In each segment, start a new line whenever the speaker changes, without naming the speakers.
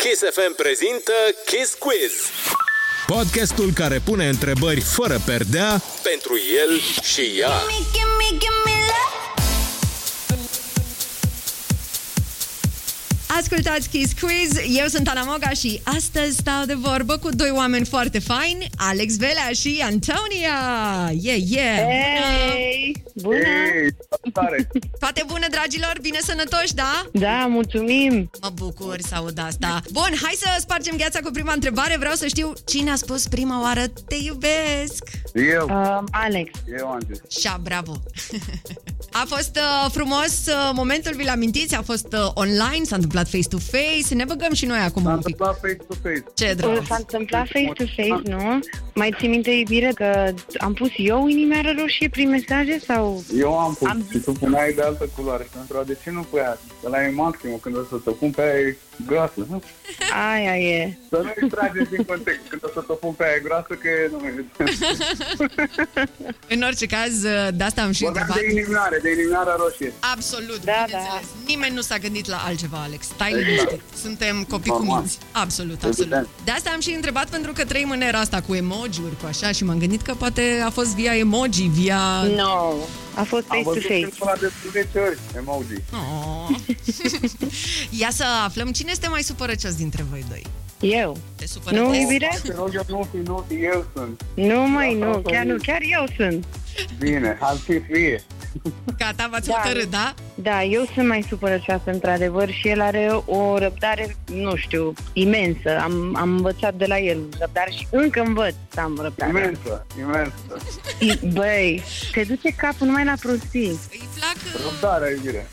Kiss FM prezintă Kiss Quiz.
Podcastul care pune întrebări fără perdea
Pentru el și ea.
Ascultați Kiss Quiz, eu sunt Ana Moga și astăzi stau de vorbă cu doi oameni foarte faini, Alex Velea și Antonia. Yeah, yeah!
Hei! Bună!
Ei, tare!
Toate bune, dragilor, bine sănătoși, da?
Da, mulțumim!
Mă bucur să aud asta. Bun, hai să spargem gheața cu prima întrebare. Vreau să știu cine a spus prima oară te iubesc.
Eu,
Um, Alex,
eu am zis.
Și bravo! A fost uh, frumos uh, momentul, vi-l amintiți? A fost uh, online, s-a întâmplat face-to-face, ne băgăm și noi acum
S-a
un pic.
întâmplat face-to-face.
Ce
uh,
drag!
s-a întâmplat face-to-face,
Da.
nu? Mai ții minte, iubire, că am pus eu inimioară roșie prin mesaje sau...
Eu am pus
Am
și tu puneai de altă culoare și pentru de ce nu pui aia? Că la e maximă, când o să te pun pe aia e groasă.
Aia e.
Să nu extrageți din context, când o să te pun pe aia e groasă, că e- nu mai
Exact.
În orice caz, uh, de asta am și
Vorbeam
întrebat.
de inimioare, de inimioara roșie.
Absolut,
Da,
bineînțeles. Nimeni nu s-a gândit la altceva, Alex. Stai
Exact.
liniștit. Suntem copii cu
Normal.
minți. Absolut,
Evident.
absolut. De asta am și întrebat pentru că trăim în era asta cu emoji-uri, cu așa și m-am gândit că poate a fost via emoji, via...
No. A fost
Am văzut
face-to-face.
clipul ăla de 10 ori, emoji.
Oh. Ia să aflăm cine este mai supărăcios dintre voi doi.
Eu.
Te supără
Nu,
Tess?
iubire?
Te rog eu, nu fi, nu fi, eu sunt.
Nu, mai
Da,
nu.
asta
Chiar
e.
nu, chiar eu sunt.
Bine, am fi fie.
Gata, v-ați
Da.
hotărât, da?
Da, eu sunt mai supărăcioasă, într-adevăr, și el are o răbdare, nu știu, imensă. Am, am învățat de la el răbdare și încă învăț să am răbdare.
Imensă, imensă.
I- Băi, te duce capul numai la prostii.
Îi plac,
Răbdarea, iubire.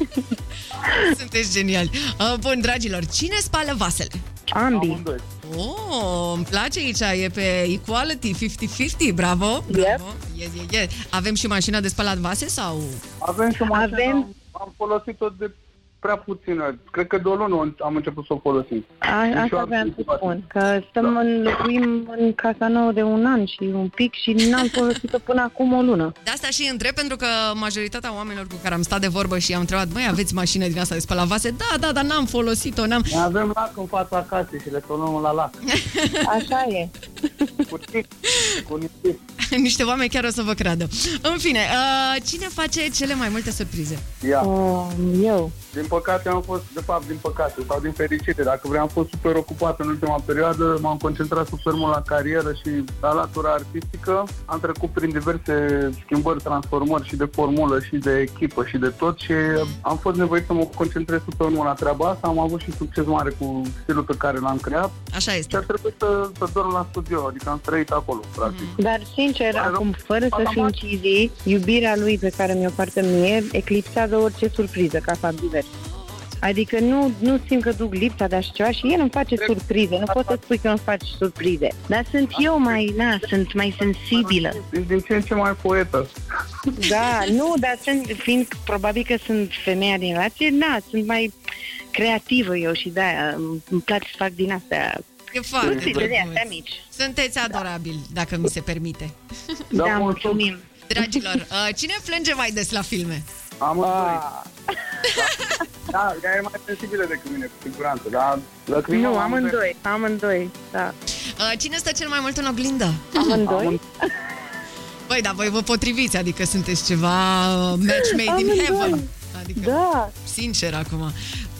uh, sunteți geniali. Uh, Bun, dragilor, cine spală vasele?
Ambii.
Amândoi.
Oh, îmi place aici, e pe equality, 50-50, bravo, bravo. Yes, yes, yes. Avem și mașina de spălat vase sau...
Avem și o mașină,
Avem.
am- am folosit-o de prea puțină. Cred că de o lună am început să o folosim.
A,
Deci eu
asta
am
vreau
zis
să
poate.
spun, că stăm
Da.
în, locuim în casa nouă de un an și un pic și n-am folosit-o până acum o lună.
De asta și întreb, pentru că majoritatea oamenilor cu care am stat de vorbă și am întrebat, măi, aveți mașină din asta de spălat vase? Da, da, dar n-am folosit-o, n-am...
Ne avem lac în fața casei și le turnăm la lac.
Așa e.
Cu tic, cu nisip.
Niște oameni chiar o să vă creadă. În fine, uh, cine face cele mai multe surprize?
Ia.
O, eu.
Din păcate am fost, de fapt, din păcate sau din fericire, dacă vreau, am fost super ocupat în ultima perioadă, m-am concentrat sub fermul la carieră și la latura artistică. Am trecut prin diverse schimbări, transformări și de formulă și de echipă și de tot și am fost nevoit să mă concentrez sub fermul la treaba asta. Am avut și succes mare cu stilul pe care l-am creat
Așa
și
este.
a trebuit să, să dorm la studio, adică am trăit acolo, practic.
Dar, sincer,
Mă rog,
acum, fără să
am
fiu
dat-
incizii, iubirea lui pe care mi-o parte mie eclipsează orice surpriză ca fapt divers. Adică nu, nu simt că duc lipsa de așa ceva și el îmi face surprize. Nu pot să spui că îmi faci surprize. Dar sunt
Da.
eu mai, na, sunt mai sensibilă.
Ești din ce în ce mai poetă.
Da, nu, dar sunt, fiind probabil că sunt femeia din relație, da, sunt mai creativă eu și da, îmi place să fac din astea.
E foarte
Fructile de astea
drăguț.
mici.
Sunteți adorabili, dacă mi se permite.
Da,
mă,
mulțumim.
Dragilor, uh, cine flânge mai des la filme?
Am
Ah.
Da, ea e mai sensibilă decât mine, cu siguranță, dar lăcrimă
Nu, amândoi, amândoi, da.
Uh, cine stă cel mai mult în oglindă?
Amândoi?
Băi, Păi, dar voi vă potriviți, adică sunteți ceva uh, match made in
Amândoi.
heaven. Adică, da.
Da,
sincer acum.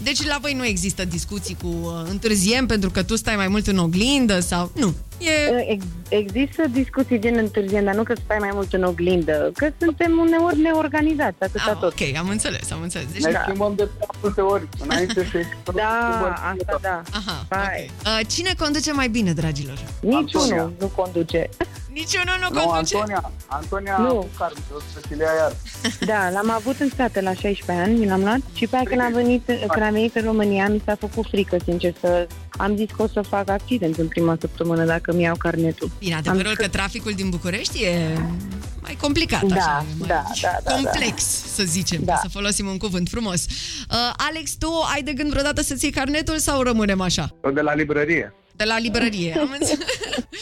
Deci la voi nu există discuții cu uh, întârziem pentru că tu stai mai mult în oglindă sau... Nu. E...
Ex- Există discuții din întârziere, dar nu că stai mai mult în oglindă, că suntem uneori neorganizați, atâta
Ah,
tot.
ok, am înțeles, am înțeles. Deci,
Ne
Da.
schimbăm de prea multe ori, înainte să
Da, asta da.
aha,
Vai.
ok. Uh, cine conduce mai bine, dragilor?
Niciunul
Antonia.
nu conduce.
Niciunul nu,
Nu,
conduce.
Antonia, Antonia
Nu.
nu. Carmen, o să și le ia iar.
Da, l-am avut în state la 16 ani, mi l-am luat și pe aia când am venit, când am venit în România mi s-a făcut frică, sincer, să am zis că o să fac accident în prima săptămână dacă mi iau carnetul.
Bine, adevărul că traficul din București e mai complicat,
Da,
așa, e mai
da, da, da,
complex, să zicem,
Da.
ca să folosim un cuvânt frumos. Uh, Alex, tu ai de gând vreodată să-ți iei carnetul sau rămânem așa?
Eu de la librărie.
De la librărie, am înțeles.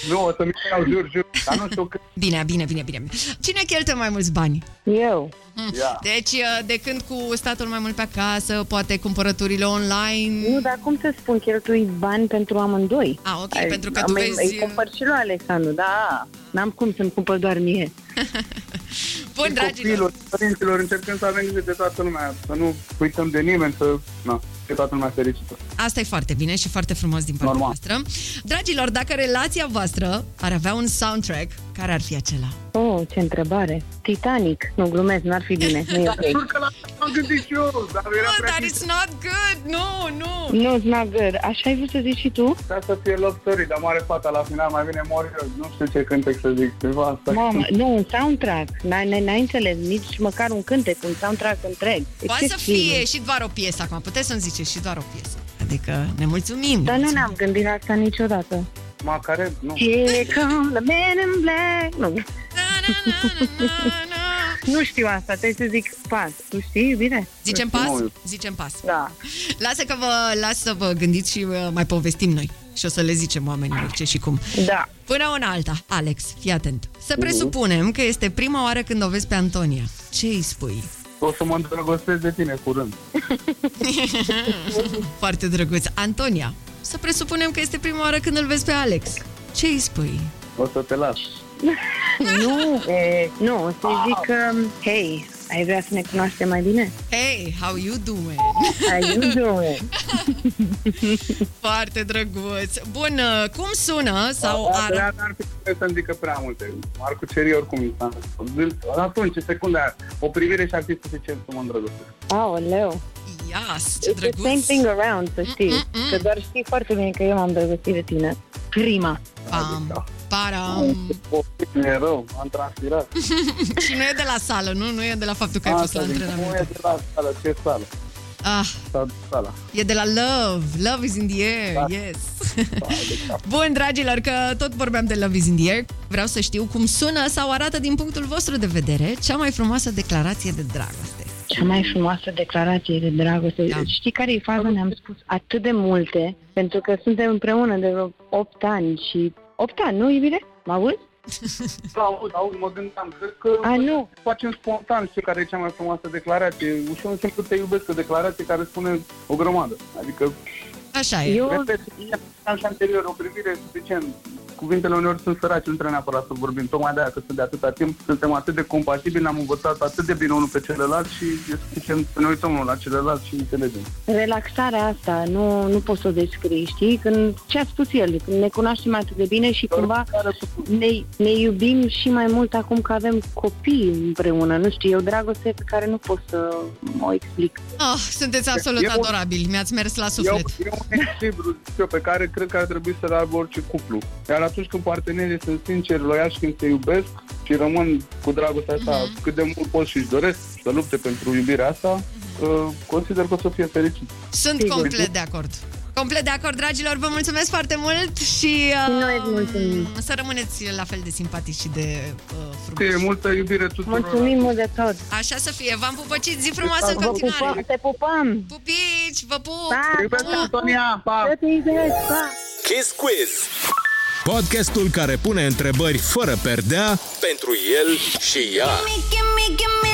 Nu, o să-mi iau jur, jur, dar nu știu cât.
Bine, bine, bine, bine. Cine cheltuie mai mulți bani?
Eu.
Ia.
Deci, de când cu statul mai mult pe acasă, poate cumpărăturile online...
Nu, da. dar cum să spun, cheltui bani pentru amândoi.
Ah, ok,
Ai-
pentru că tu
am-
vezi-
Îi cumpăr și lui Alexandru, da. N-am cum să-mi cumpăr doar mie.
uh, Bun, dragilor!
Copilor, părinților, încercăm să avem grijă de toată lumea, să nu uităm de nimeni, să, na, fie toată lumea fericită.
Asta e foarte bine și foarte frumos din partea
Normal.
voastră. Dragilor, dacă relația voastră ar avea un soundtrack, care ar fi acela?
Oh, ce întrebare. Titanic. Nu, glumesc, n-ar fi bine. Nu e ok.
Jur că la asta m-am gândit și eu, dar era
Oh,
prea
dar
trist.
it's not good! Nu, nu!
Nu, not good. Așa ai vrut să zici și tu?
Ca să fie love story, dar mare fata la final mai vine mor eu. Nu știu ce cântec să zic, ceva asta.
Mamă, nu, un soundtrack. N-ai, n-ai, n-ai înțeles nici măcar un cântec, un soundtrack întreg. Deci
Poate să
Excesiv.
fie și doar o piesă acum. Puteți să-mi ziceți și doar o piesă. Adică ne mulțumim.
Dar nu ne-am gândit la asta niciodată.
Ma care, nu.
Here come the man in black. Nu,
Na, na, na, na, na.
nu știu asta, trebuie să zic pas. Tu știi bine?
Zicem pas?
Nu.
Zicem pas.
Da.
Lasă că vă las să vă gândiți și uh, mai povestim noi. Și o să le zicem oamenilor ce și cum.
Da.
Până una alta, Alex, fii atent. Să presupunem că este prima oară când o vezi pe Antonia. Ce îi spui?
O să mă îndrăgostesc de tine curând.
Foarte drăguț. Antonia, să presupunem că este prima oară când îl vezi pe Alex. Ce îi spui?
O să te las.
Nu, e, nu, o să zic, um, hei, ai vrea să ne cunoaștem mai bine?
Hey, how you doing?
Ai iubire.
Foarte drăguț. Bun, uh, cum sună sau
Dar
ar...
ea n-ar fi bine să-mi zică prea multe. M-ar cuceri oricum. Atunci, secunda aia, o privire și ar fi suficient să mă îndrăgostesc.
Aoleu.
Ias, ce
It's the same
drăguț. Mm,
thing around, să știi. Că doar știi foarte bine că eu m-am drăgostit de tine. Prima.
Pam, param.
O, e rău, am transpirat.
Și nu e de la sală, nu? Nu e de la faptul că ai fost la
Asta zic, nu
antrenament.
e de la sală, ce sală?
Ah,
Sau de sala.
E de la love. Love is in the air. Da.
Da.
Yes.
de cap.
Bun, dragilor, că tot vorbeam de love is in the air. Vreau să știu cum sună sau arată din punctul vostru de vedere cea mai frumoasă declarație de dragoste.
Cea mai frumoasă declarație de dragoste.
Da.
Da. Știi care e faza? Ne-am spus atât de multe, pentru că suntem împreună de vreo 8 ani și... 8 ani, nu, iubire? Mă auzi?
Da, Aud, aud, mă gândeam, cred că
A, nu.
facem spontan știu care e cea mai frumoasă declarație. Ușor și simplu te iubesc, o declarație care spune o grămadă. Adică,
Așa e.
Eu...
repet, și anterior, o privire e suficient. Cuvintele uneori sunt săraci, nu trebuie neapărat să vorbim. Tocmai de aia că sunt de atâta timp, suntem atât de compatibili, ne-am învățat atât de bine unul pe celălalt și e suficient să ne uităm unul la celălalt și înțelegem.
Relaxarea asta nu, nu pot să o descrii, știi? Când, ce a spus el, când ne cunoaștem atât de bine și cumva
Care sunt
ne, ne iubim și mai mult acum că avem copii împreună. Nu știu, e o dragoste pe care nu pot să o explic.
Oh, sunteți absolut
Eu-
adorabili. Mi-ați mers la
Eu,
suflet.
e un echilibru zic eu, pe care cred că ar trebui să-l aibă orice cuplu. Iar atunci când partenerii sunt sinceri, loiali și când se iubesc și rămân cu dragostea asta cât de mult pot și-și doresc să lupte pentru iubirea asta, uh, consider că o să fie fericit.
Sunt
sigur.
complet de acord. Complet de acord, dragilor. Vă mulțumesc foarte mult și um,
noi îți mulțumim.
să rămâneți la fel de simpatici și de uh,
E
frumoși.
multă iubire tuturor.
Mulțumim mult de tot!
Așa să fie. V-am pupăcit. Zi frumoasă în
Vă pupăm,
continuare.
te pupăm!
Pupici, vă pup!
Te
Pa!
Iubesc,
Da.
Antonia! Pa!
Eu te iubesc! Pa!
Kiss Quiz.
Podcastul care pune întrebări fără perdea
Pentru el și ea.
Gimme, gimme, gimme